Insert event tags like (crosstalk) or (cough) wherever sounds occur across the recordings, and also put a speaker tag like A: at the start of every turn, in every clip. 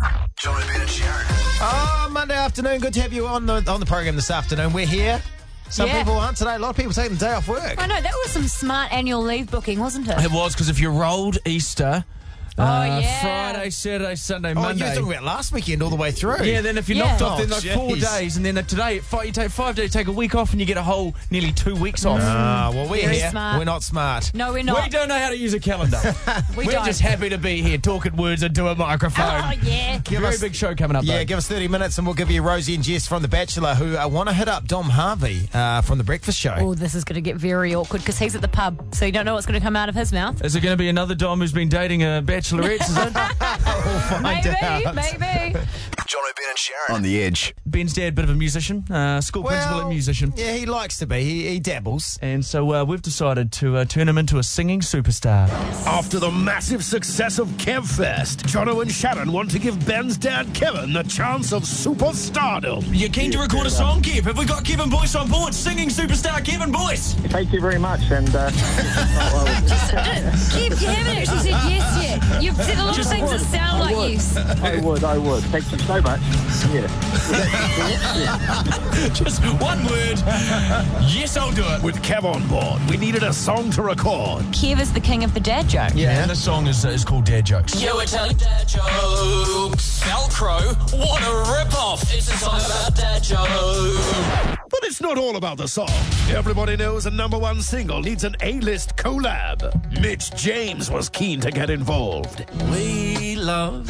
A: Do you want me to be a Sharon?
B: Oh, Monday afternoon. Good to have you on the on the program this afternoon. We're here. Some
C: Yeah.
B: people aren't today. A lot of people taking the day off work.
C: I know that was some smart annual leave booking, wasn't it?
D: It was because if you rolled Easter,
C: oh
D: uh,
C: yeah.
D: Friday, Saturday, Sunday,
B: Oh, you were
D: Monday.
B: talking about last weekend all the way through.
D: yeah, then if you
C: Yeah.
D: knocked off, then
B: Oh,
D: like four
B: jeez.
D: days, and then today, five, you take five days, take a week off, and you get a whole nearly two weeks off.
B: Ah, well, we're
C: Very
B: here.
C: smart.
B: We're not smart.
C: No, we're
D: We
C: not.
D: don't know how to use a
B: (laughs)
D: calendar.
C: We
D: We're
C: don't.
D: just happy to be here, talking words into a microphone.
C: Oh yeah.
B: Give
D: Very
B: us-
D: big show coming up.
B: Yeah,
D: though.
B: give us 30 minutes and we'll give you Rosie and Jess from The Bachelor who uh, want to hit up Dom Harvey uh, from The Breakfast Show.
C: Oh, this is going to get very awkward because he's at the pub, so you don't know what's going to come out of his
D: (laughs)
C: mouth.
D: Is it going to be another Dom who's been dating a bachelorette?
C: (laughs)
D: Is it? Oh,
B: We'll find
C: Maybe,
B: out.
C: maybe.
A: Do you want me to be a Sharon?
E: (laughs) on the edge.
D: Ben's dad, bit of a musician, uh, school principal
B: Well,
D: and musician.
B: Yeah, he likes to be. He, he dabbles.
D: And so uh, we've decided to uh, turn him into a singing superstar.
F: After the massive success of KevFest, Jono and Sharon want to give Ben's dad Kevin the chance of superstardom.
D: You're keen to record a song, (laughs) Kev? Have we got Kevin Boyce on board? Singing superstar Kevin Boyce.
G: Thank you very much, and uh,
C: Kev, you haven't actually said yes yet. You've said a lot of things that sound like yes.
G: I would, I would. Thank you so much. Yeah.
D: (laughs) Just one word. yes, I'll do it.
F: With Kev on board, we needed a song to record.
C: Kev is the king of the dad joke.
D: Yeah, and the song is, is uh, called Dad Jokes.
H: You were telling dad jokes. Velcro, what a rip-off. It's a song about dad jokes.
F: But it's not all about the song. Everybody knows a number one single needs an A-list collab. Mitch James was keen to get involved.
I: We love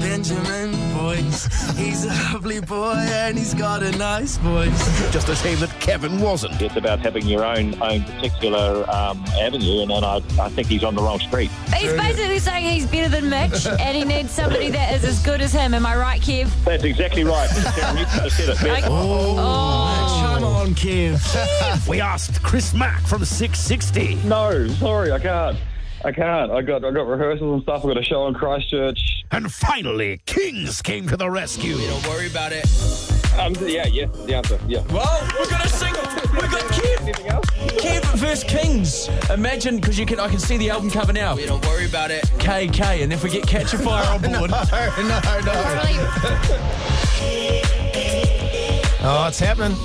I: Benjamin Boyce. He's a lovely boy and he's got a nice voice.
F: Just a shame that Kevin wasn't.
J: It's about having your own own particular um, avenue, and then I, I think he's on the wrong street.
C: He's basically saying he's better than Mitch and he needs somebody that is as good as him. Am I right, Kev?
J: That's exactly right. (laughs) Karen, you could have said it better.
I: Oh,
C: Oh.
D: Come on, Kev.
F: (laughs) We asked Chris Mack from 660.
J: No, sorry, I can't. I can't. I got I got rehearsals and stuff. I got a show in Christchurch.
F: And finally, Kings came to the rescue.
H: Don't worry about it.
J: Um, yeah, yeah, the answer, yeah.
D: Well, we're gonna sing. We got Kev.
J: Anything else?
D: Kev versus Kings. Imagine, because you can, I can see the album cover now.
H: Don't worry about it.
D: KK, and if we get Catch a Fire
B: (laughs)
D: on board,
B: no, no.
C: Really?
B: Oh, it's happening.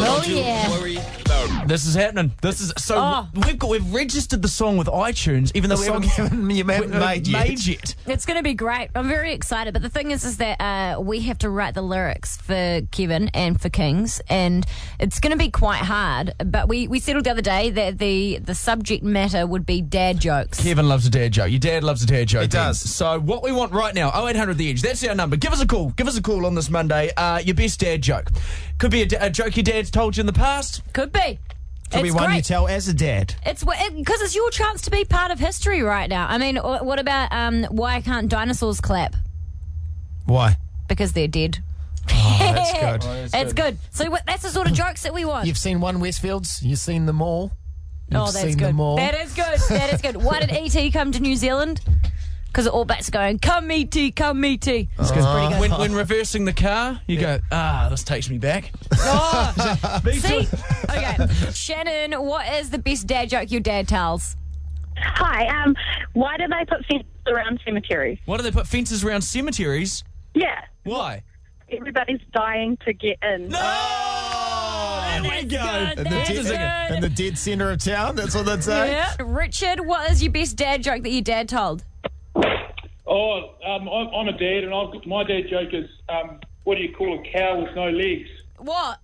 C: Oh, yeah.
H: Worry.
D: this is happening. This is so
C: Oh.
D: we've got, we've registered the song with iTunes, even though
B: The
D: we
B: song (laughs)
D: haven't,
B: you haven't, you haven't
D: we haven't
B: made yet.
D: made yet.
C: It's going to be great. I'm very excited. But the thing is, is that uh, we have to write the lyrics for Kevin and for Kings, and it's going to be quite hard. But we, we settled the other day that the, the subject matter would be dad jokes.
D: Kevin loves a dad joke. Your dad loves a dad joke. He
B: does.
D: So what we want right now, 0800 The Edge, that's our number. Give us a call. Give us a call on this Monday. Uh, your best dad joke. Could be a, d- a joke your dad's told you in the past.
C: Could be.
B: Could
C: it's
B: be one
C: great.
B: you tell as a dad.
C: It's because it's your chance to be part of history right now. I mean, wh- what about um, why can't dinosaurs clap?
B: Why?
C: Because they're dead.
B: Oh, That's good.
C: (laughs) It's good. So what, that's the sort of jokes that we want.
B: You've seen one Westfields. You've seen them all. You've
C: oh, that's
B: seen
C: good.
B: them all.
C: That is good. That is good. Why
B: (laughs)
C: did ET come to New Zealand? Because all bats going, come ET, come ET. It's pretty good.
D: Ah. When, when reversing the car, you go, ah, this takes me back.
B: (laughs)
C: Oh, see, okay, Shannon, what is the best dad joke your dad tells?
K: Hi. Um, why do they put fences around cemeteries?
D: Why do they put fences around cemeteries?
K: Yeah,
D: Why?
K: everybody's dying to get in.
D: Oh, there we go.
C: Good, that's
B: dead,
C: good.
B: in the dead centre of town. That's uh, what they'd say.
C: Yeah. Richard, what is your best dad joke that your dad told?
J: Oh, um, I'm, I'm a dad, and I've, my dad joke is, um, what do you call a cow with no legs?
C: What?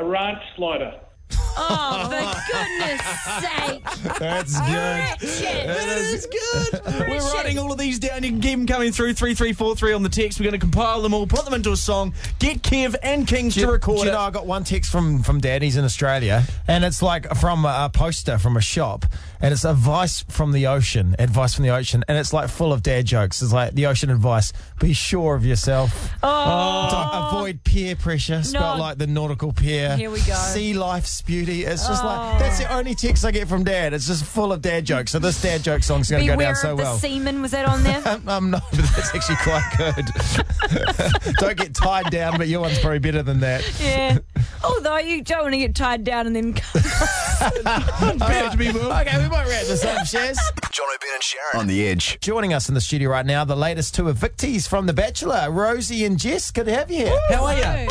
J: A ranch slider.
C: Oh,
B: (laughs)
C: for goodness sake.
B: That's good.
C: Richard.
D: That is good. We're
C: Appreciate
D: writing
C: it.
D: all of these down. You can keep them coming through 3343 on the text. We're going to compile them all, put them into a song, get Kev and Kings to record
B: Do you know,
D: it.
B: I got one text from from Dad. He's in Australia, and it's like from a, a poster from a shop, and it's advice from the ocean, advice from the ocean, and it's like full of dad jokes. It's like the ocean advice: be sure of yourself,
D: Oh.
C: Oh.
B: To avoid peer pressure, spelled like the nautical peer.
C: Here we go. Oh.
B: See life's beauty. It's just like that's the only text I get from Dad. It's just full of dad jokes. So this dad joke song's going to go
C: Beware
B: down so
C: of the
B: well.
C: semen, was that on
B: (laughs)
C: there?
B: Um, no, but that's actually quite good. (laughs) Don't get tied down, but your one's probably better than that.
C: yeah. Although you don't want to get tied down and then (laughs)
D: (laughs)
B: All right. Okay, we might wrap this up, Shaz.
A: Do John O'Brien and Sharon.
B: On the edge. Joining us in the studio right now, the latest two evictees from The Bachelor, Rosie and Jess. Good to have you here. How are you?
E: yeah,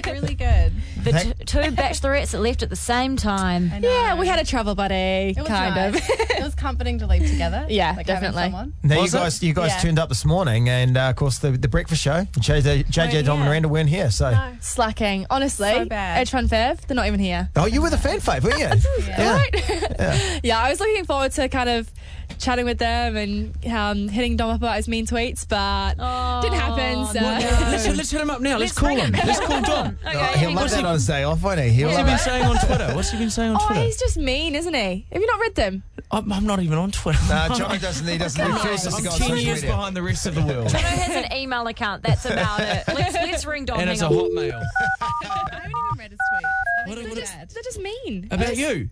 E: good. really good.
C: Oh, The t- two bachelorettes that left at the same time.
E: Yeah, we had a travel buddy,
C: It was
E: kind
C: nice.
E: of. (laughs) it was comforting to leave together. Yeah,
C: like having
E: definitely.
B: Now you guys, you guys
E: Yeah.
B: tuned up this morning, and uh, of course the, the breakfast show. JJ, JJ
E: Oh,
B: Dom
E: yeah.
B: and Miranda weren't here, so
E: Slacking, honestly. So bad. Edge Fun Fav, they're not even here.
B: oh, you were the fan fave,
E: (laughs)
B: weren't you?
E: Yeah, I was looking forward to kind of chatting with them and um, hitting Dom up about his mean tweets, but didn't happen. So
D: let's, let's hit him up now. Let's, call him. Let's
E: (laughs)
D: call Dom.
B: Oh, He'll love that on his day off, won't he? He'll
D: What's he
B: love
D: been
B: it.
D: saying on Twitter? What's he been saying on
E: Oh,
D: Twitter?
E: he's just mean, isn't he? Have you not read them?
D: I'm, I'm not even on Twitter.
B: Nah, Oh, Johnny doesn't- he doesn't
D: I'm
B: refuse us to go on
D: 10
B: social
D: years
B: media.
D: behind the rest of the
C: (laughs)
D: world.
C: Jono has an email account. That's about it. Let's, let's ring Dom.
D: and it's a
C: hang on.
D: hotmail.
E: They're just, they're just mean. I
D: About
E: just-
D: you?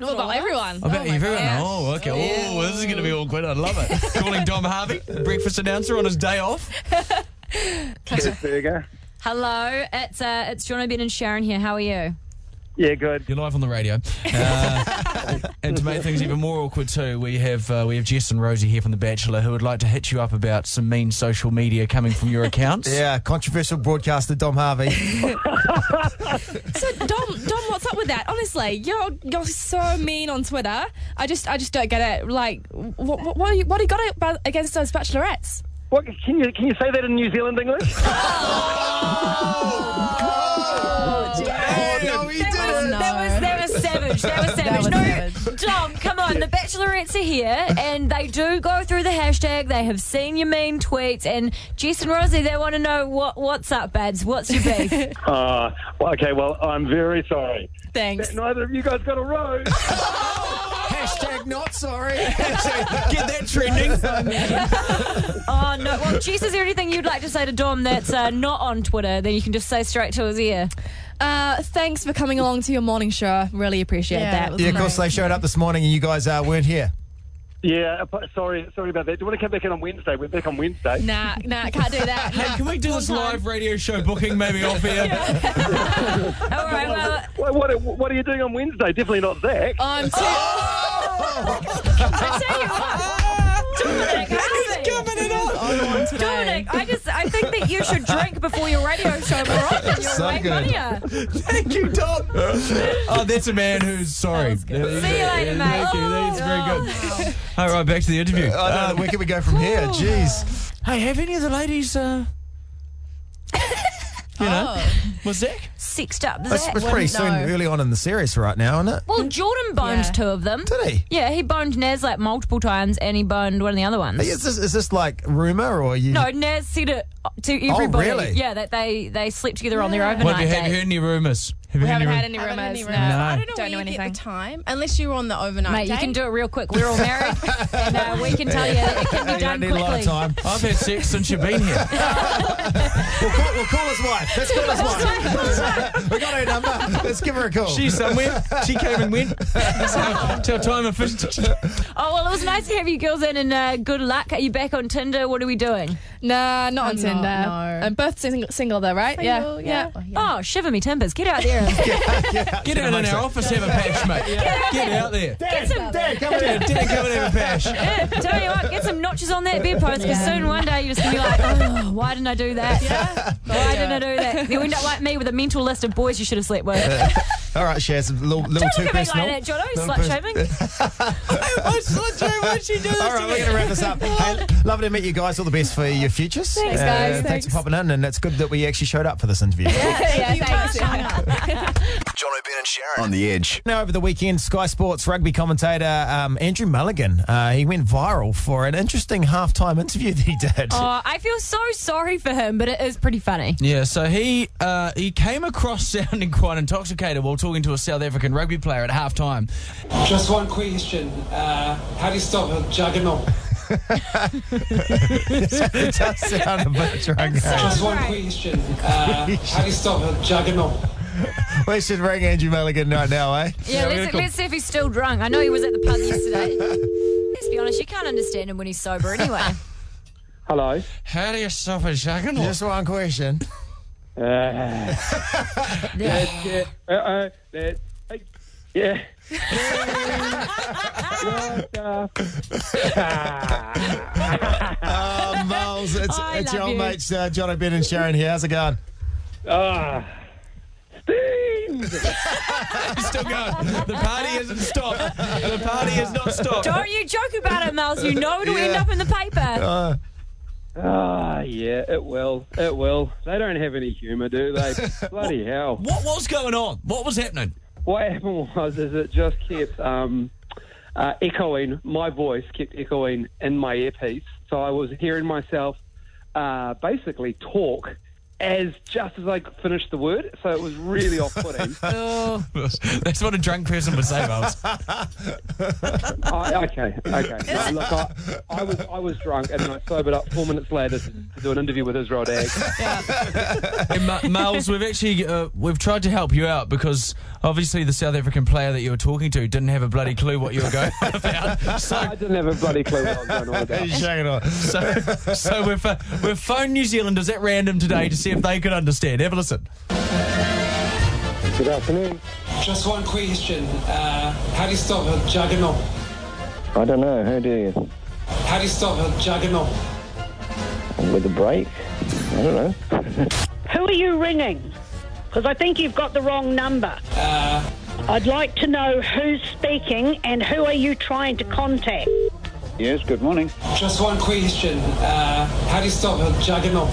E: Well, about everyone.
D: About you, everyone. Oh, okay. Oh, this is going to be awkward. I love it. Calling Dom Harvey, breakfast announcer on his day off.
G: Burger.
C: Hello, it's uh, it's Jono, Ben, and Sharon here. How are you?
G: Yeah, good.
D: You're live on the radio. Uh, and to make things even more awkward too, we have uh, we have Jess and Rosie here from The Bachelor who would like to hit you up about some mean social media coming from your accounts.
B: (laughs) Yeah, controversial broadcaster Dom Harvey.
E: So Dom, Dom, what's up with that? Honestly, you're you're so mean on Twitter. I just I just don't get it. Like, what what what, are you, what do you got about- against those bachelorettes?
G: What can you can you say that in New Zealand English?
B: no, he did
C: That was, that was savage. That
E: (laughs)
C: was savage. no, Dom, come on. The Bachelorettes are here, and they do go through the hashtag. They have seen your mean tweets, and Jess and Rosie, they want to know what what's up, bads. What's your beef?
G: (laughs)
E: (laughs)
G: Uh, well, okay, well, I'm very sorry.
E: Thanks.
G: Neither of you guys got a road.
B: (laughs) Hashtag not (laughs) sorry.
D: Get
B: (laughs)
D: that trending.
C: oh no. Well, Jess, is there anything you'd like to say to Dom that's uh, not on Twitter? Then you can just say straight to his ear.
E: Uh, thanks for coming along to your morning show. Uh, Really appreciate that.
B: yeah, of course they showed up this morning, and you guys uh, weren't here.
G: Yeah, ap- sorry, sorry about that. Do you want to come back in on Wednesday? We're back on Wednesday.
E: Nah, nah, can't do that.
D: (laughs) Hey, can we do this live radio show booking maybe off
E: (laughs)
D: here?
C: All
D: (laughs)
C: right. Well,
G: What, what, what are you doing on Wednesday? Definitely not Zach.
E: I'm
D: (laughs)
E: too.
C: (laughs) I tell you what. Dominic, Harvey. Dominic, I just I think that you should drink before your radio show more
B: (laughs)
C: often. You're
B: So
C: way
B: good.
C: funnier.
D: Thank you, Dom. (laughs) oh, that's a man who's sorry. See you
C: See you later, mate. Oh,
D: Thank you. That's very good. All right, back to the interview.
B: Uh,
D: Um,
B: I know, where can we go from here? Jeez.
D: Hey, have any of the ladies, uh, you know, was Zach?
C: Sixed up.
B: That's,
C: Zach.
B: that's pretty soon, early on in the series right now, isn't it?
C: Well, Jordan boned
E: Yeah.
C: two of them.
B: Did he?
C: Yeah, he boned Naz like multiple times, and he boned one of the other ones.
B: Is this, is this like rumor or you?
C: No,
B: Oh,
C: Naz said it to everybody.
B: really?
C: Yeah, that they they slept together on their overnight
D: What, have you have
C: date.
D: you heard any rumours? Have you
E: We haven't
D: ru-
E: had any rumors. no.
D: I
E: don't know, don't know anything.
L: time, unless you were on the overnight
C: Mate,
L: date.
C: you can do it real quick. We're all
B: (laughs)
C: married, and uh, we can tell you that it can be
B: You (laughs) don't
C: done
B: need a lot
C: quickly.
B: of time.
D: I've had sex since you've been here.
B: We'll call, we'll call his wife. Let's call his wife. (laughs) we got her number. Let's give her a call.
D: She's somewhere. She came and (laughs) went. That's how, that's how time efficiency. (laughs)
C: Oh well, it was nice to have you girls in, and uh, good luck. Are you back on Tinder? What are we doing?
E: Nah, not
L: not,
E: on Tinder. Uh,
L: no.
E: And both sing- single though, right?
L: Single, yeah.
C: Oh, shiver me timbers! Get out
B: (laughs)
C: there.
D: Get out in our office, have a patch, mate. Get out there.
C: Get some.
B: Dad, come
C: (laughs)
B: here.
D: Dad, come and have a patch.
C: Yeah, tell you what, get some notches on that bedpost because soon one day you're just gonna be like, oh, why didn't I do that?
B: (laughs)
C: Why didn't I do that? You'll end up like me with a mental list of boys you should have slept with.
B: All right, Shaz, a little, little
C: Don't
B: too
C: look at me
B: personal.
C: like that, Jono.
B: Little
C: Slut
B: pers-
C: shaming.
B: (laughs)
D: I saw Joe when she did this
B: All right,
D: to
B: we're
D: me.
B: going to wrap this up. Hey, lovely to meet you guys. All the best for your futures. Uh,
E: Thanks, guys.
B: Thanks
E: Thanks.
B: for popping in, and it's good that we actually showed up for this interview.
E: yeah, thanks. (laughs)
A: John O'Brien and Sharon.
B: (laughs) on the edge. Now, over the weekend, Sky Sports rugby commentator um, Andrew Mulligan, uh, he went viral for an interesting halftime interview that he did. (laughs)
C: Oh, I feel so sorry for him, but it is pretty funny.
D: Yeah, so he uh, he came across (laughs) sounding quite intoxicated while talking to a South African rugby player at half time.
M: Just one question. Uh, how do you stop a juggernaut?
B: it does sound a bit drunk.
M: Just one question. Uh, how do you stop a juggernaut?
B: (laughs) we should ring Andrew Mulligan right now, eh?
C: Yeah, let's, let's see if he's still drunk. I know he was at the pub
B: (laughs)
C: yesterday. Let's be honest, you can't understand him when he's sober anyway.
G: Hello.
D: How do you stop a juggernaut?
B: Just one question.
G: Uh, that's it. Uh-oh, that's- hey,
D: (laughs)
G: Yeah. What
B: oh, Miles, it's,
G: I
B: it's your
G: love
B: old
G: you.
B: mates, uh, John O'Brien and Sharon here. How's it going?
G: Ah,
B: (laughs)
D: (laughs) Still going. The party hasn't stopped. The party has not stopped.
C: Don't you joke about it, Miles. You know it'll end up in the paper.
B: Uh,
G: Ah, yeah, it will. It will. They don't have any humour, do
D: (laughs)
G: they? Bloody hell.
D: What was going on? What was happening?
G: What happened was is it just kept um, uh, echoing. My voice kept echoing in my earpiece, so I was hearing myself uh, basically talk as just as I finished the word. So it was really
D: (laughs)
G: off-putting.
D: That's what a drunk person would say, Miles.
N: (laughs)
G: I, okay, okay. No, look, I, I was I was drunk and then I sobered up four minutes later to, to do an interview with Israel Dag.
D: And Ma- Miles, we've actually uh, we've tried to help you out because obviously the South African player that you were talking to didn't have a bloody clue what you were
B: (laughs)
D: going on about. So I
G: didn't have a bloody clue what I was going on about.
B: He's shaking on.
D: So, so we've uh, we've phoned New Zealanders at random today to see if they could understand. Have a listen.
G: Good afternoon.
M: Just one question. Uh, how do you stop a juggernaut?
N: I
I: (laughs)
N: don't know. How do you?
M: How do you stop a juggernaut?
N: With a break? I don't know.
D: (laughs)
K: Who are you ringing? Because I think you've got the wrong number.
D: Uh,
K: I'd like to know who's speaking and who are you trying to contact.
N: Yes, good morning.
M: Just one question. Uh, how do you stop a juggernaut?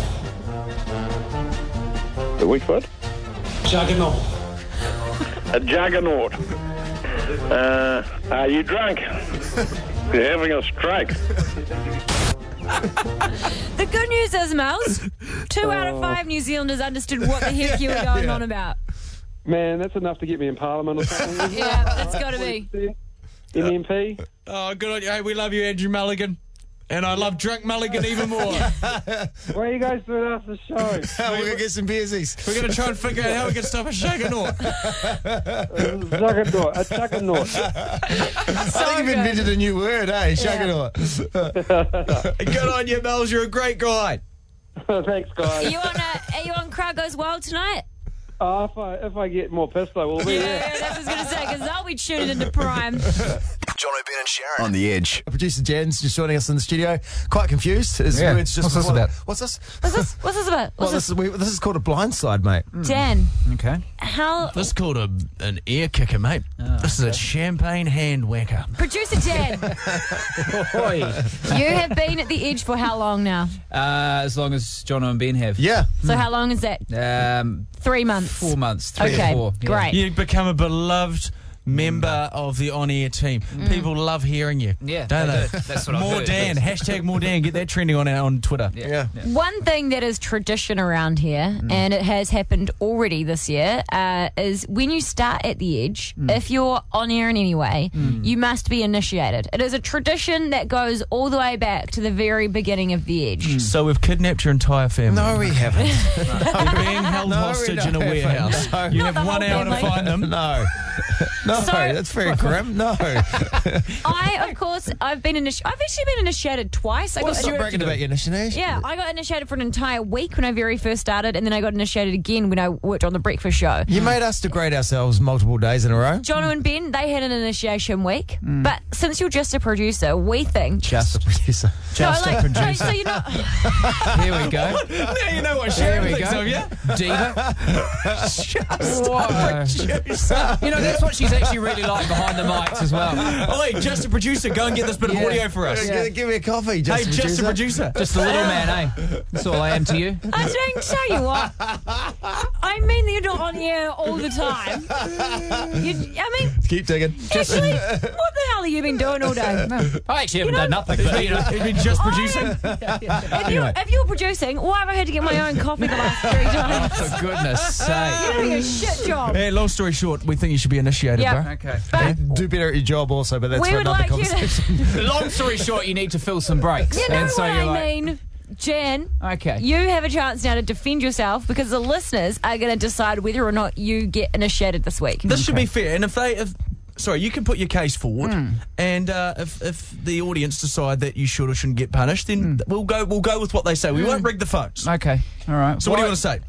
N: The which what?
M: Juggernaut.
O: A juggernaut. Uh, are you (laughs) drunk? You're having a strike.
C: The good news is, Miles, two out of
G: Oh.
C: five New Zealanders understood what the heck you were
G: Yeah,
C: going
G: yeah.
C: on about.
G: Man, that's enough to get me in Parliament
N: (laughs)
G: or something.
C: Yeah, that's got to be.
G: NMP.
D: Oh, good on you. Hey, we love you, Andrew Mulligan. And I love drunk Mulligan
B: (laughs)
D: even more. (laughs)
G: What are you guys doing after the show?
B: We're going to get some eh? beersies.
D: We're going to try and figure out how we can stop a juggernaut.
B: (laughs)
G: Juggernaut, a juggernaut.
B: I think you've invented a new word, eh? Shagging
G: (laughs)
D: (laughs) Good on you, Miles. You're a
N: (laughs)
D: great guy.
G: Thanks,
C: Are
G: guys.
C: you on, a, are you on Crowd Goes Wild tonight?
G: Uh, if, I, if I get more pissed, I will be.
C: Yeah, that's what I was going to say, because I'll be tuned into Prime.
A: John O'Brien and Sharon.
B: on the edge. Producer Jen's just joining us in the studio. Quite confused. His
A: Yeah.
B: words just
A: What's this
B: before-
A: about?
B: What's this?
C: What's this? What's this about?
B: Well,
C: What's
B: this,
C: this?
B: is, we, this is called a blindside, mate.
C: Dan,
D: Okay.
C: how.
D: This is called a, an ear kicker, mate. this is a champagne hand whacker.
C: Producer Dan, (laughs) you have been at the edge for how long now?
P: (laughs) Uh, as long as John and Ben have.
B: Yeah.
C: So, how long is that?
P: Um,
C: Three months.
P: four months, three
C: Okay,
P: or four.
C: great.
D: You become a beloved member of the on air team. People love hearing you.
P: Yeah,
D: Don't
P: they
D: they?
P: do. That's what I've
D: More
P: heard.
D: Dan. Hashtag more Dan. Get that trending on our- on Twitter.
P: Yeah.
C: One thing that is tradition around here,
D: Mm.
C: and it has happened already this year, uh, is when you start at the edge,
D: Mm.
C: if you're on air in any way, you must be initiated. It is a tradition that goes all the way back to the very beginning of the edge.
D: Mm. So we've kidnapped your entire family.
B: No, we haven't.
D: (laughs) You're being held
B: No, we
D: hostage
B: don't
D: in a
B: have it.
D: warehouse.
B: No.
D: You
B: Not
D: have
B: the
D: one
B: whole
D: hour to
B: family.
D: find them.
B: (laughs) No. No, that's very grim. No.
C: I, of course, I've been initi- I've actually been initiated twice. I
B: What's
C: got
B: not bragging about your initiation?
C: Yeah, I got initiated for an entire week when I very first started, and then I got initiated again when I worked on the breakfast show.
B: You made us degrade ourselves multiple days in a row.
C: Jono and Ben, they had an initiation week,
P: Mm.
C: but since you're just a producer, we think
B: Just a producer.
C: no, like, no, so you're
B: (laughs)
C: not.
P: Here we go.
D: (laughs) now you know what
P: There
D: Sharon
P: we
D: thinks
P: go.
D: of you.
P: Diva.
D: Just
P: Whoa. You know, that's what she's actually really like behind the mics as well.
D: Oi, just a producer, go and get this bit
P: Yeah.
D: of audio for us.
B: Give, give me a coffee. Just
D: hey,
B: a
D: just a producer.
P: Just a little man, eh? That's all I am
D: (laughs)
P: to you.
C: I don't tell you what. I mean that you're not on air all the time. You, I mean,
B: (laughs) Keep digging.
C: actually, (laughs) what the hell have you been doing all day?
P: (laughs)
B: (laughs)
P: I actually haven't done nothing, but you know.
D: It'd be just
C: producing.
P: (laughs)
C: If you're,
P: Anyway.
C: if you're producing, why have I had to get my own coffee the
P: (laughs)
C: last three
P: Oh,
C: times?
P: for goodness sake.
C: You're doing a shit job.
D: Hey, long story short, we think you should be initiated,
C: Yeah.
D: bro.
P: Okay.
C: But
B: Do better at your job also, but that's
C: we
B: for
C: would
B: another
C: like you
B: conversation.
C: (laughs) to.
P: (laughs) Long story short, you need to fill some breaks.
C: You know
P: and so
C: what
P: you're
C: I
P: like,
C: mean, Jan.
P: okay.
C: You have a chance now to defend yourself because the listeners are going to decide whether or not you get initiated this week.
D: This should be fair. And if they, if sorry, you can put your case forward,
B: Hmm.
D: and uh, if if the audience decide that you should or shouldn't get punished,
B: Hmm.
D: then we'll go we'll go with what they say. We won't rig the phones.
P: Okay. All right.
D: So what do you want to say?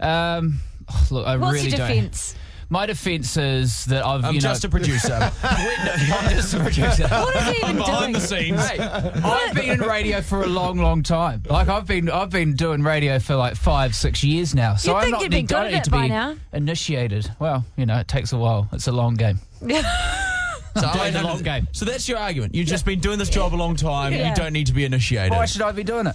P: Uh, Um, oh, look, I
C: What's
P: really
C: your
P: (laughs) don't.
C: defence?
P: my defense is that I've.
D: I'm
P: you know,
D: just
P: (laughs)
D: a producer.
P: I'm just a
C: (laughs)
P: producer.
D: What is he even
P: I'm
D: doing?
P: (laughs) behind the scenes.
D: Hey,
P: I've been in radio for a long, long time. Like I've been, I've been doing radio for like five, six years now. So
C: You'd
P: I'm
C: think
P: not
C: you'd be
P: the- I
C: good
P: don't
C: at
P: need
C: it
P: to
C: by
P: be
C: now.
P: initiated. Well, you know, it takes a while. It's a long game.
D: So,
P: I'm
D: I
P: doing the
D: don't-
P: long game.
D: so that's your argument. You've just been doing this job a long time.
P: Yeah.
D: You don't need to be initiated.
P: Why should Oh, I be doing it?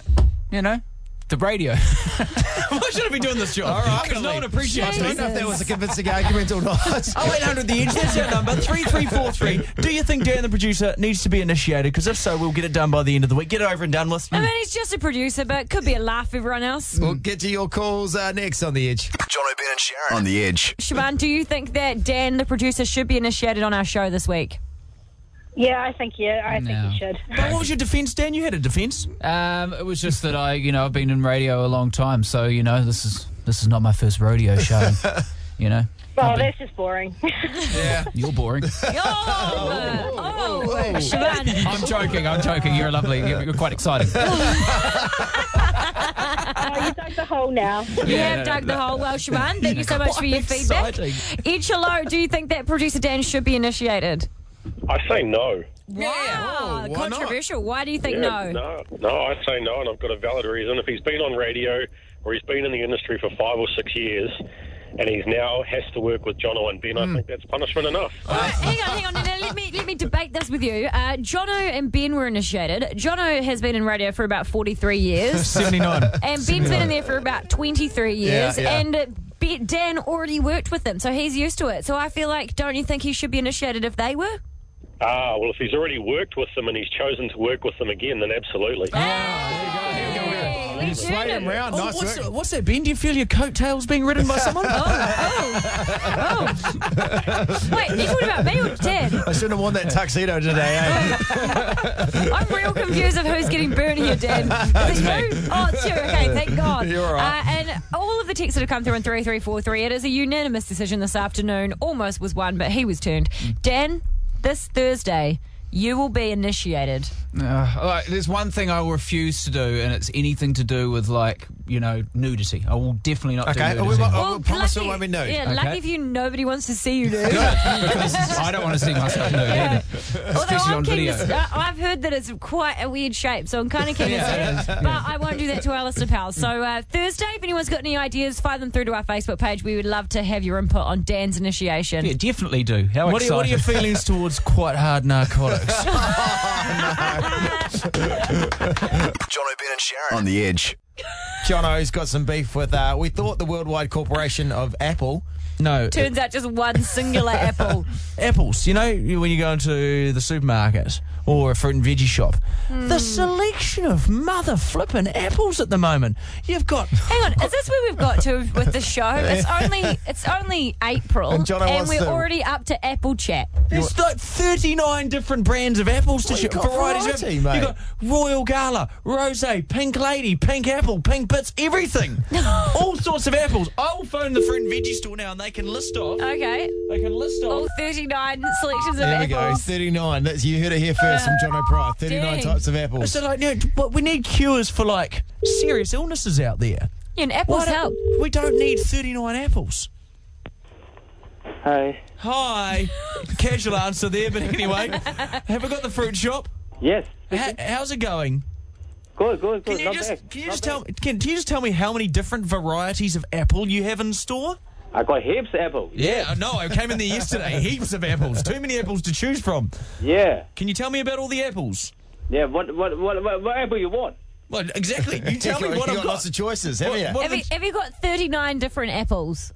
P: You know, the radio.
D: Why should I be doing this job?
P: All right,
D: Because no
P: Billy.
D: one appreciates
B: I don't
D: me.
B: know if that was a convincing argument or not.
P: (laughs)
D: (laughs)
P: Oh,
D: 0800 Oh, The Edge, that's our number, 3343. Do you think Dan the producer needs to be initiated? Because if so, we'll get it done by the end of the week. Get it over and done with.
C: I mean, he's just a producer, but it could be a laugh for everyone else.
B: We'll get to your calls uh, next on the edge.
A: John O'Brien and Sharon on the edge.
C: Siobhan, do you think that Dan, the producer, should be initiated on our show this week?
K: Yeah, I think yeah, I think you should.
D: But what was your defence, Dan? You had a defence.
P: Um, it was just that I, you know, I've been in radio a long time, so you know, this is this is not my first rodeo show.
D: (laughs)
P: and, you know,
K: Well, that's just boring. (laughs)
P: yeah, you're boring.
C: Oh, Siobhan.
P: (laughs) I'm joking. I'm joking. You're lovely. You're, you're quite
C: (laughs)
P: exciting. Uh,
K: Oh, you dug the hole now.
C: (laughs) You have dug the hole well, Siobhan. Thank you so much for your feedback. Each hello, do you think that producer Dan should be initiated?
O: I say no.
C: Wow,
P: Oh.
O: why not?
C: controversial. Why do you think
O: Yeah,
C: no?
O: No, no, I say no, and I've got a valid reason. If he's been on radio or he's been in the industry for five or six years, and he's now has to work with Jono and Ben, I think that's punishment enough.
C: Hang on, hang on. No, no, let me let me debate this with you. Uh, Jono and Ben were initiated. Jono has been in radio for about forty three
B: (laughs)
C: years.
B: 79.
C: And Ben's been in there for about 23 years,
B: Yeah, yeah.
C: and uh, Be- Dan already worked with them, so he's used to it. So I feel like, don't you think he should be initiated if they were?
O: Ah, well, if he's already worked with them and he's chosen to work with them again, then absolutely.
C: Hey,
B: Oh, swayed him round.
D: Oh,
B: nice
D: what's,
B: work.
D: what's that, Ben? Do you feel your coattails being
C: (laughs)
D: ridden by someone?
C: Wait, you talking about me or Dan?
B: I shouldn't have worn that tuxedo today, eh?
C: I'm real confused of who's getting burnt here,
B: (laughs)
C: Dan. Is it you? Oh, it's you. Okay, thank God.
B: You're all right.
C: Uh, and all of the texts that have come through on 3343, it is a unanimous decision this afternoon. Almost was one, but he was turned.
B: Mm.
C: Dan, this Thursday, you will be initiated.
P: Uh, like, there's one thing I will refuse to do, and it's anything to do with like you know nudity. I will definitely not
B: Okay,
P: do
B: we
P: nudity.
B: won't- I will promise it won't be nude.
C: Yeah, Oh, lucky if you nobody wants to see you,
B: (laughs)
C: dude.
P: because I don't want to see myself nude
C: Yeah.
P: either,
C: (laughs) Although
P: especially
C: I'm
P: on
C: keen
P: video.
C: to, uh, I- I've heard that it's quite a weird shape, so I'm kind of keen
B: (laughs)
C: to see it. But I won't do that to our listener pals. So uh, Thursday, if anyone's got any ideas, fire them through to our Facebook page. We would love to have your input on Dan's initiation.
P: yeah, definitely do. How
D: What are,
P: exciting!
D: what are your feelings towards quite
P: (laughs)
D: hard narcotics?
A: John O'Brien and Sharon on the edge.
B: Jono's got some beef with. Uh, we thought the worldwide corporation of Apple.
D: No.
C: Turns out just one
B: (laughs)
C: singular apple.
D: (laughs) apples, you know, you- when you go into the supermarket or a fruit and veggie shop.
C: Hmm.
D: The selection of mother flippin' apples at the moment. You've got.
C: Hang on, is this where we've got to with the show? Oh,
D: (laughs)
C: It's only it's only April,
B: And Jono wants
C: we're
B: to-
C: already up to Apple Chat.
D: There's like 39 different brands of apples to
B: Well,
D: shop.
B: you've got
D: of
B: variety,
D: apples.
B: mate.
D: You've got Royal Gala, Rose, Pink Lady, Pink Apple, Pink Bits,
C: (laughs)
D: everything. All sorts of apples. I'll phone the fruit and veggie (laughs) store now and they can list off.
C: Okay,
D: They can list off.
C: all 39 selections of
B: There we go.
C: apples.
B: 39. That's you heard it here first from John
Q: Uh,
B: O'Pryor. 39
C: Dang.
B: types of apples.
D: So, like, you know, but we need cures for like serious illnesses out there.
C: Yeah, and
D: Why
C: apples
D: don't-
C: help.
D: We don't need 39 apples.
Q: Hey. (laughs)
D: Hi. Casual answer there, but anyway. Have we got the fruit shop?
Q: Yes.
D: H- how's it going?
Q: Good, good,
D: Can
Q: good.
D: you
Q: Not
D: just
Q: bad.
D: can you just tell can, can you just tell me how many different varieties of apple you have in store?
Q: I got heaps of apple.
D: Yeah, no, I came in
Q: (laughs)
D: there yesterday. Heaps of apples. Too many apples to choose from.
Q: Yeah.
D: Can you tell me about all the apples?
Q: Yeah. What, what, what, what, what apple you want?
D: Well, exactly.
Q: (laughs)
D: You tell me
B: You
D: what
B: got
D: I've got.
B: lots of choices, haven't you?
D: What
C: Have you, have you got 39 different apples?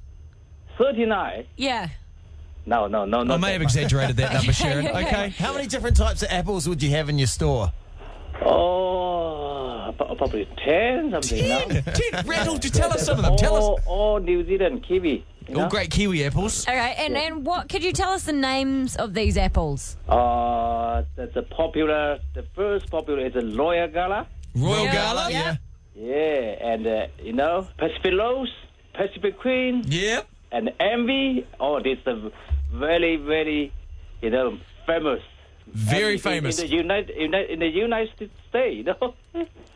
Q: 39.
C: Yeah.
Q: No, no, no, no.
D: I may have exaggerated that
Q: (laughs)
D: number, Sharon. Okay.
B: How many different types of apples would you have in your store?
Q: Oh, p- probably 10 something. No?
D: Ten, ten. Randall,
Q: (laughs)
D: just tell us some of them. Tell us.
Q: Oh, oh, New Zealand kiwi. you
D: All
Q: know?
D: great kiwi apples.
C: Okay, and, and what could you tell us the names of these apples?
Q: Uh, the, the popular, the first popular is the Royal Gala.
D: Royal Gala.
C: Yeah.
Q: Yeah, and uh, you know Pacific Rose, Pacific Queen,
D: Yep.
Q: and Envy. Oh, this is very, very, you know, famous.
D: Very
Q: in-
D: famous.
Q: in, the United United in the United States. You know?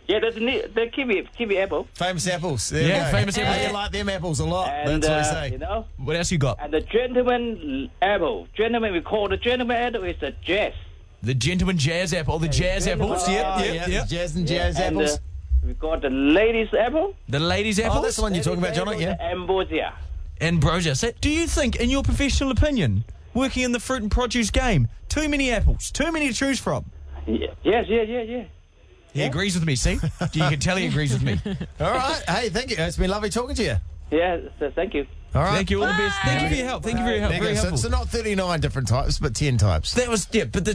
Q: yeah, that's ne- the kiwi kiwi apple.
B: Famous apples. There we
Q: Yeah,
B: go.
Q: famous apples.
B: Yeah, You like them apples a lot.
Q: And,
B: That's
Q: uh,
B: what we say.
Q: you know,
D: What else you got?
Q: and the gentleman apple. Gentleman, we call the gentleman apple is the jazz.
D: The gentleman jazz apple. The jazz apples. Yep,
Q: Oh,
D: yep,
Q: yeah,
D: yep.
B: Jazz and
Q: Yeah,
B: jazz
Q: and,
B: apples.
Q: uh, we got the ladies apple.
D: The ladies apples.
B: Oh, that's the one you're talking about, John. Yeah.
Q: Ambrosia.
D: Ambrosia. So, do you think, in your professional opinion, working in the fruit and produce game, too many apples, too many to choose from?
Q: Yes, yeah, yeah, yeah.
D: He agrees with me. See, you can tell he agrees with me.
B: (laughs) All right. Hey, thank you. It's been lovely talking to you.
Q: Yeah, so thank you.
B: All right.
D: Thank you. All the best. Thank you for your help. Thank you for your help.
B: There you
D: Very
B: go. So,
D: helpful.
B: so not 39 different types, but 10 types.
D: That was, yeah, but the,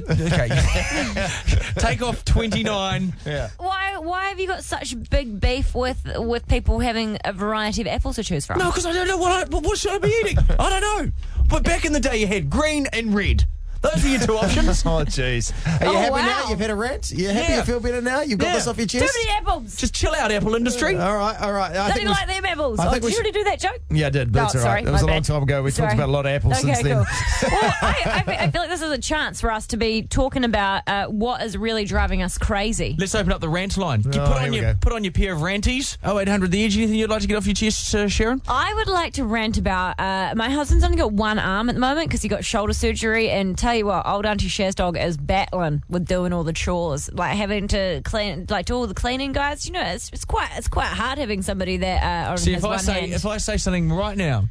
D: okay.
B: (laughs)
D: Take off 29.
B: Yeah.
C: Why? Why have you got such big beef with with people having a variety of apples to choose from?
D: Ah. No, because I don't know what I, what what should I be eating. I don't know. But back in the day, you had green and red. Those are your two options.
B: (laughs) oh, jeez. Are you
D: Oh,
B: happy
D: wow.
B: now? You've had a rant? You're happy
D: Yeah.
B: you feel better now? You've got
D: Yeah.
B: this off your
D: Too
B: chest?
C: Too many apples.
D: Just chill out, apple industry.
B: All right, all right. I
C: I
B: think
C: didn't
B: we
C: like
B: should-
C: them apples.
B: I
C: Oh,
B: think
C: did
B: we
C: you
B: should-
C: already do that joke?
B: Yeah, I did, but
C: Oh,
B: it's all
C: sorry,
B: right. It was
C: my
B: a long
C: bad.
B: time ago. We
C: Sorry.
B: talked about a lot of apples
C: Okay,
B: since then.
C: cool. well,
B: (laughs)
C: I, I, I feel like this is a chance for us to be talking about uh, what is really driving us crazy.
D: Let's open up the rant line. You
B: Oh,
D: put
B: here
D: on
B: we
D: your
B: go.
D: put on your pair of ranties. Oh eight hundred the edge. Anything you'd like to get off your chest, uh, Sharon?
C: I would like to rant about uh, my husband's only got one arm at the moment because he got shoulder surgery. And tell you what, old Auntie Shaz dog is battling with doing all the chores, like having to clean, like do all the cleaning, guys. You know, it's, it's quite it's quite hard having somebody that uh, on
D: See
C: his
D: if I
C: one
D: say
C: hand.
D: if I say something right now,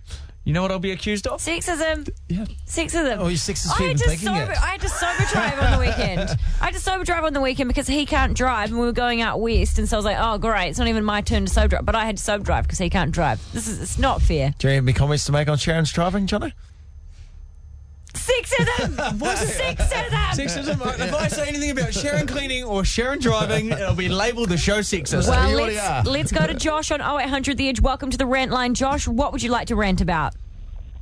D: you know what I'll be accused of?
C: Sexism.
D: Yeah.
C: Sexism.
D: Oh, you're sexist for
C: I
D: even
C: had to
D: thinking
C: sober,
D: it.
C: I had to sober drive on the weekend. I had to sober drive on the weekend because he can't drive and we were going out west. And so I was like, oh, great. It's not even my turn to sober drive. But I had to sober drive because he can't drive. This is it's not fair.
B: Do you have any comments to make on Sharon's driving, Johnny?
C: Sexism. Sexism.
D: Sexism. Alright, If I say anything about Sharon cleaning or Sharon
B: (laughs)
D: driving, it'll be labelled the show sexist.
C: Well, let's, let's go to Josh on 0800 The Edge. Welcome to the rant line. Josh, what would you like to rant about?
R: (laughs)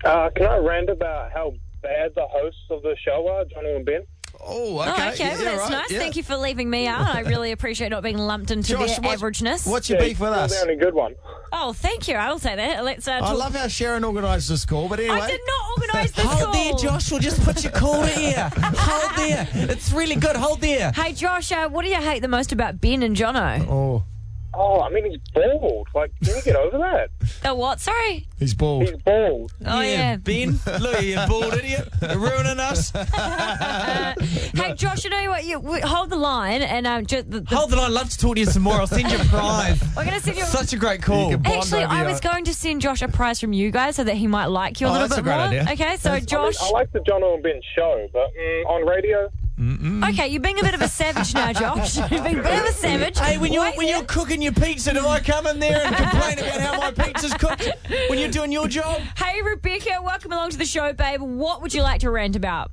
R: Uh, can I rant about how bad the hosts of the show are, Johnny and Ben?
B: Oh,
C: oh, okay. well, that's nice. Thank you for leaving me out. I really appreciate not being lumped into
B: Josh,
C: their
B: what's-
C: averageness.
B: what's your beef with us?
R: only good one.
C: Oh, thank you. I will say that. Let's. Uh,
B: I
C: talk-
B: love how Sharon organised this call, but anyway.
C: I did not organise this
D: Hold
C: call.
D: there, Josh. We'll just put
C: (laughs)
D: your caller here. Hold there. It's really good. Hold there.
C: Hey, Josh, uh, what do you hate the most about Ben and Jono?
B: Oh,
R: Oh, I mean, he's bald. Like, can you get over
C: (laughs)
R: that?
C: Oh, what? (laughs) Sorry.
B: he's bald.
R: He's bald.
C: Oh, yeah.
D: Ben, look at you, bald idiot. You're
C: (laughs)
D: ruining us.
C: Uh, Hey, Josh, you know what? You we, hold the line and um, ju- the, the-
D: Hold the line. Love to talk to you some more. I'll send you a prize.
C: We're gonna send you.
D: Such a great call.
C: Actually, I was going to send Josh a prize from you guys so that he might like you a
D: Oh,
C: little
D: that's a
C: bit
D: great
C: more.
D: idea.
C: Okay, so
R: I
C: Josh.
R: mean, I like the John and Ben show, but mm, on radio,
C: Okay, you're being a bit of a savage
D: (laughs)
C: now, Josh. (laughs) You're being a bit of a savage.
D: Mm. Hey, when you're
C: Wait
D: when
C: there.
D: you're cooking your pizza, do I come in there and complain
C: (laughs)
D: about how my pizza's cooked when you're doing your job?
C: Hey, Rebecca, welcome along to the show, babe. What would you like to rant about?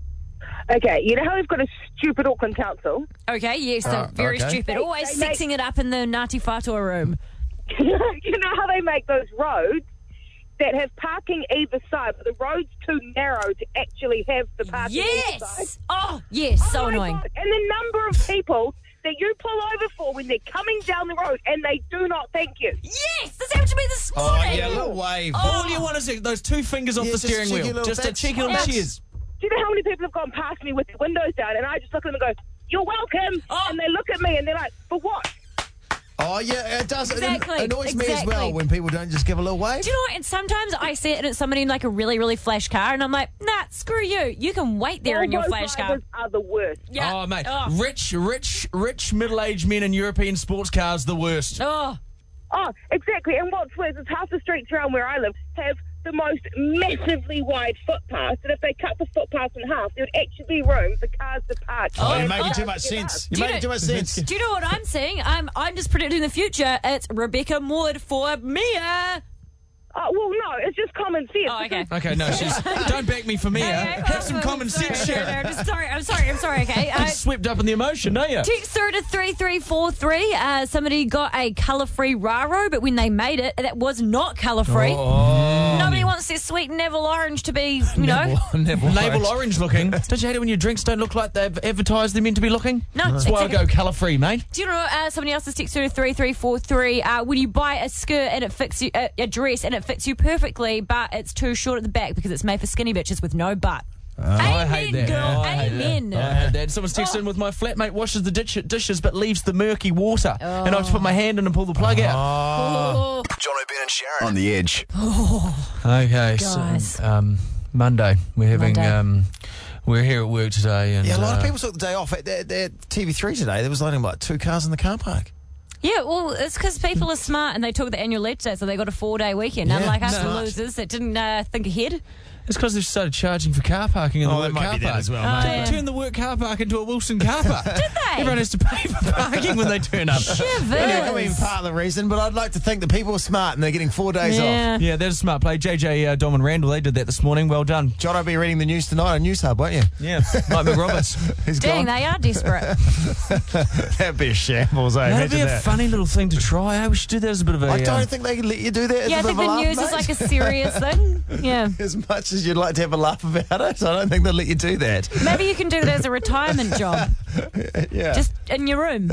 S: Okay, you know how we've got a stupid Auckland Council? (laughs)
C: Okay, yes,
S: Uh,
C: they're very
S: okay. They-
C: stupid. Always
S: they make-
C: sexing it up in the Nati Fatua
S: (laughs)
C: room.
S: you know how they make those roads that have parking either side, but the road's too narrow to actually have the parking either side?
C: Yes. Oh, yes. so annoying.
S: And the number of people that you pull over for when they're coming down the road and they do not thank you.
C: Yes, that's happened to me this
B: Oh,
C: morning. Oh,
B: yeah, little wave.
D: All you want is those two fingers off
B: Yeah,
D: the
B: just
D: steering
B: cheeky
D: wheel.
B: little
D: Just a
B: thanks.
D: cheeky little
B: Thanks.
D: cheers.
S: Do you know how many people have gone past me with the windows down and I just look at them and go, You're welcome
D: Oh.
S: and they look at me and they're like, For what?
B: Oh, yeah, it does.
C: Exactly,
B: It annoys me as well
C: exactly.
B: when people don't just give a little wave.
C: Do you know what? And sometimes I see it at somebody in like a really, really flash car, and I'm like, nah, screw you. You can wait there in your
S: All road
C: flash car.
S: drivers Are the worst.
C: Yeah.
D: Oh, mate. Rich, rich, rich middle aged men in European sports cars, the worst.
C: Oh.
S: Oh, exactly. And what's worse is half the streets around where I live have the most massively wide footpaths, and if they cut the footpaths in half, there would actually be room for cars to park.
B: Oh,
S: And
B: you're making
S: cars
B: too
S: to
B: much
S: get out.
B: sense. You're making too much sense.
C: Do you know what I'm seeing? I'm I'm just predicting the future. It's Rebecca Moore for Mia.
S: Oh, well, no, it's just common sense.
C: Oh, okay.
D: Okay,
C: (laughs)
D: no, she's. Don't back me for me. eh? Have some common sense,
C: Sorry, no, no,
D: Sharon.
C: I'm just sorry. I'm sorry. I'm sorry. Okay.
D: (laughs)
C: Uh,
D: You're swept up in the emotion, are you?
C: Text through to 3343. Uh, somebody got a colour free Raro, but when they made it, that was not colour free.
D: Oh.
C: Nobody wants their sweet Neville orange to be, you know.
D: (laughs) Label orange looking. Don't you hate it when your drinks don't look like they've advertised they're meant to be looking?
C: No,
D: That's why I go
C: exactly.
D: colour free, mate.
C: Do you know uh, somebody else is text through to 3343? Uh, when you buy a skirt and it fits you, uh, a dress and it fits you perfectly, but it's too short at the back because it's made for skinny bitches with no butt.
D: Oh, I hate
C: Amen,
D: that. Oh,
C: girl.
D: I hate that.
C: Amen.
D: I hate that. Someone's texting in with my flatmate washes the ditch- dishes but leaves the murky water, and I have to put my hand in and pull the plug
C: Oh.
D: out.
A: John O'Brien and Sharon on the edge.
D: Okay,
A: Guys.
D: so um, Monday we're having
A: Monday.
D: um, we're here at work today, and
B: Yeah, a lot of
D: uh,
B: people took the day off. At, at, at TV3 today, there was only like two cars in the car park.
C: Yeah, well, it's because people are smart and they took the annual leave today, so they got a four day weekend.
D: Yeah,
C: Unlike us
D: smart.
C: losers that didn't uh, think ahead.
D: It's because they've started charging for car parking in
B: Oh, that
D: the work
B: might
D: car
B: be that
D: park.
B: as well,
C: Oh, mate. yeah.
D: Turn the work car park into a Wilson
C: (laughs)
D: car park. Did
C: they?
D: Everyone has to pay for parking when they turn up.
B: That could be part of the reason, but I'd like to think that people are smart and they're getting four days
D: Yeah.
B: off.
D: Yeah, that's a smart play. JJ, uh, Dom, and Randall, they did that this morning. Well done.
B: John, I'll be reading the news tonight on News Hub, won't you?
D: Yeah. Mike
B: (laughs)
D: McRoberts.
B: He's
C: Dang,
B: gone.
C: they are
B: (laughs)
C: desperate.
D: (laughs)
B: That'd be a shambles, eh?
D: That'd
B: Imagine
D: be a
B: that.
D: funny little thing to try. eh? We should do that as a bit of a.
B: I don't
D: um,
B: think they can let you do that. as
C: yeah,
B: a
C: I
B: bit
C: think
B: of a
C: the
B: laugh,
C: news is
B: mate.
C: like a
B: (laughs)
C: serious thing. Yeah.
B: As much as you'd like to have a laugh about it, I don't think they'll let you do that. (laughs)
C: Maybe you can do it as a retirement job,
B: yeah.
C: just in your
B: (laughs)
C: room.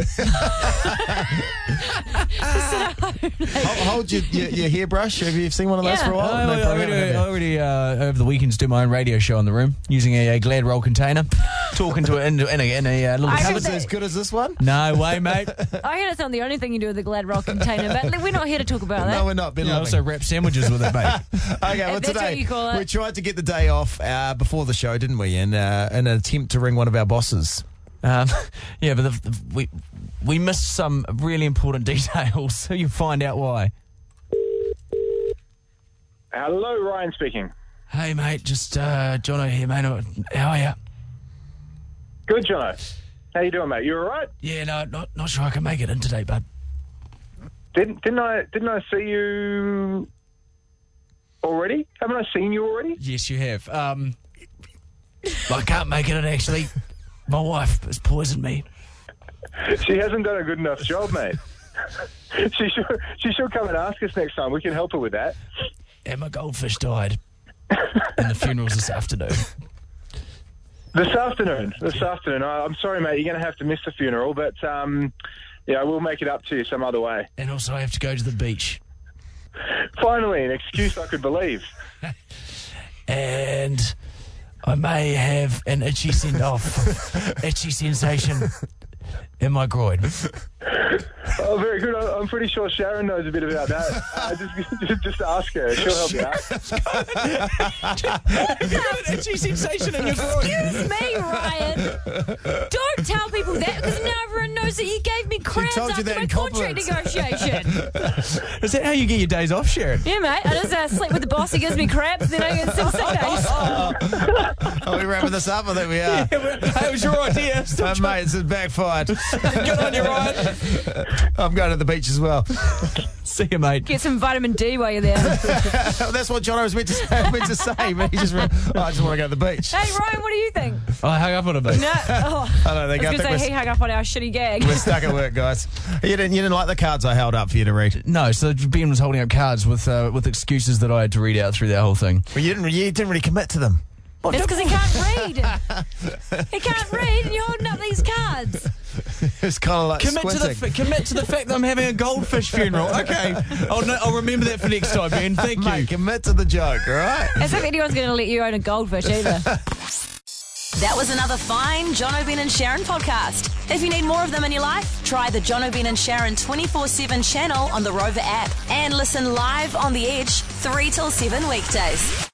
B: Hold, hold your, your, your hairbrush. Have you seen one of those
C: Yeah.
B: for a while?
D: I,
B: They
D: I
B: probably
D: already,
B: haven't,
D: I
B: have you?
D: already uh, over the weekends do my own radio show in the room using a, a Glad roll container, (laughs) talking to it in, in a, in a uh, little
C: I
D: cupboard.
C: heard that- As
B: good as this one?
D: (laughs) No way,
B: (laughs)
D: mate.
C: I heard it's not the only thing you do with a Glad Roll container, but we're not here to talk about that.
B: No, we're not. Ben
D: And I
B: Loving.
D: also wrap sandwiches with it, mate.
B: (laughs) Okay, well,
C: That's what
B: today
C: you call it.
B: we tried to get the day off uh, before the show, didn't we? In, uh, in an attempt to ring one of our bosses.
D: Um, yeah, but the, the, we we missed some really important (laughs) details, so you'll find out why.
T: Hello, Ryan speaking.
D: Hey, mate, just uh, Jono here, mate. How are you?
T: Good, Jono. How you doing, mate? You all right?
D: Yeah, no, not not sure I can make it in today, bud.
T: Didn't didn't I didn't I see you already? Haven't I seen you already?
D: Yes, you have. Um, I can't make it in actually. My wife has poisoned me.
T: She hasn't done a good enough job, mate. (laughs) she should she should come and ask us next time. We can help her with that.
D: And my goldfish
T: (laughs)
D: died. and the funeral's this afternoon.
T: This afternoon. This afternoon. I, I'm sorry, mate. You're going to have to miss the funeral, but um, yeah, we'll make it up to you some other way.
D: And also, I have to go to the beach.
T: Finally, an excuse I could believe.
D: And I may have an itchy
T: (laughs)
D: send off, itchy sensation in my groin.
T: Oh, very good. I- I'm pretty sure Sharon knows a bit about that. Uh, just, just, just ask her. She'll help you out.
D: itchy sensation in your groin.
C: Excuse me, Ryan. Don't tell people that because now everyone knows that you gave me crabs
D: told you
C: after
D: that
C: my
D: in
C: contract
D: confidence.
C: negotiation. (laughs)
D: Is that how you get your days off, Sharon?
C: Yeah, mate. I just uh, sleep with the boss. He gives me crabs, then I get
B: (laughs)
C: some sick
D: Oh,
C: days.
B: Are we wrapping this up? I think
D: (laughs)
B: we are.
D: That was your
B: (laughs)
D: idea.
B: Uh, mate, it's backfired.
D: (laughs) Good on you, Ryan.
B: (laughs) I'm going to the beach as well.
D: (laughs) See you, mate.
C: Get some vitamin D while you're there.
B: (laughs) That's what John was meant to say, meant to say but he just
D: (laughs)
B: went, "Oh, I just want to go to the beach.
C: Hey, Ryan, what do you think?
D: I hung up on a bit.
C: No. Oh.
B: (laughs) I don't think
C: I
B: I
C: was going
B: think
C: to
B: we're,
C: say he hung up on our shitty gag.
B: we're
C: (laughs)
B: stuck at work, guys. You didn't, you didn't like the cards I held up for you to read.
D: No, so Ben was holding up cards with uh, with excuses that I had to read out through that whole thing.
B: Well, you didn't, you didn't really commit to them.
C: It's because he can't read. he can't read, and you're holding up these cards.
B: (laughs) It's kind of like
D: Commit to, the
B: squinting.
D: f- commit to the fact that I'm having a goldfish funeral. Okay, I'll, no, I'll remember that for next time, Ben. Thank you.
B: Mate, commit to the joke, all right?
C: As if anyone's going to let you own a goldfish either.
U: That was another fine John O'Brien and Sharon podcast. If you need more of them in your life, try the John O'Brien and Sharon 24 7 channel on the Rover app and listen live on The Edge 3 till 7 weekdays.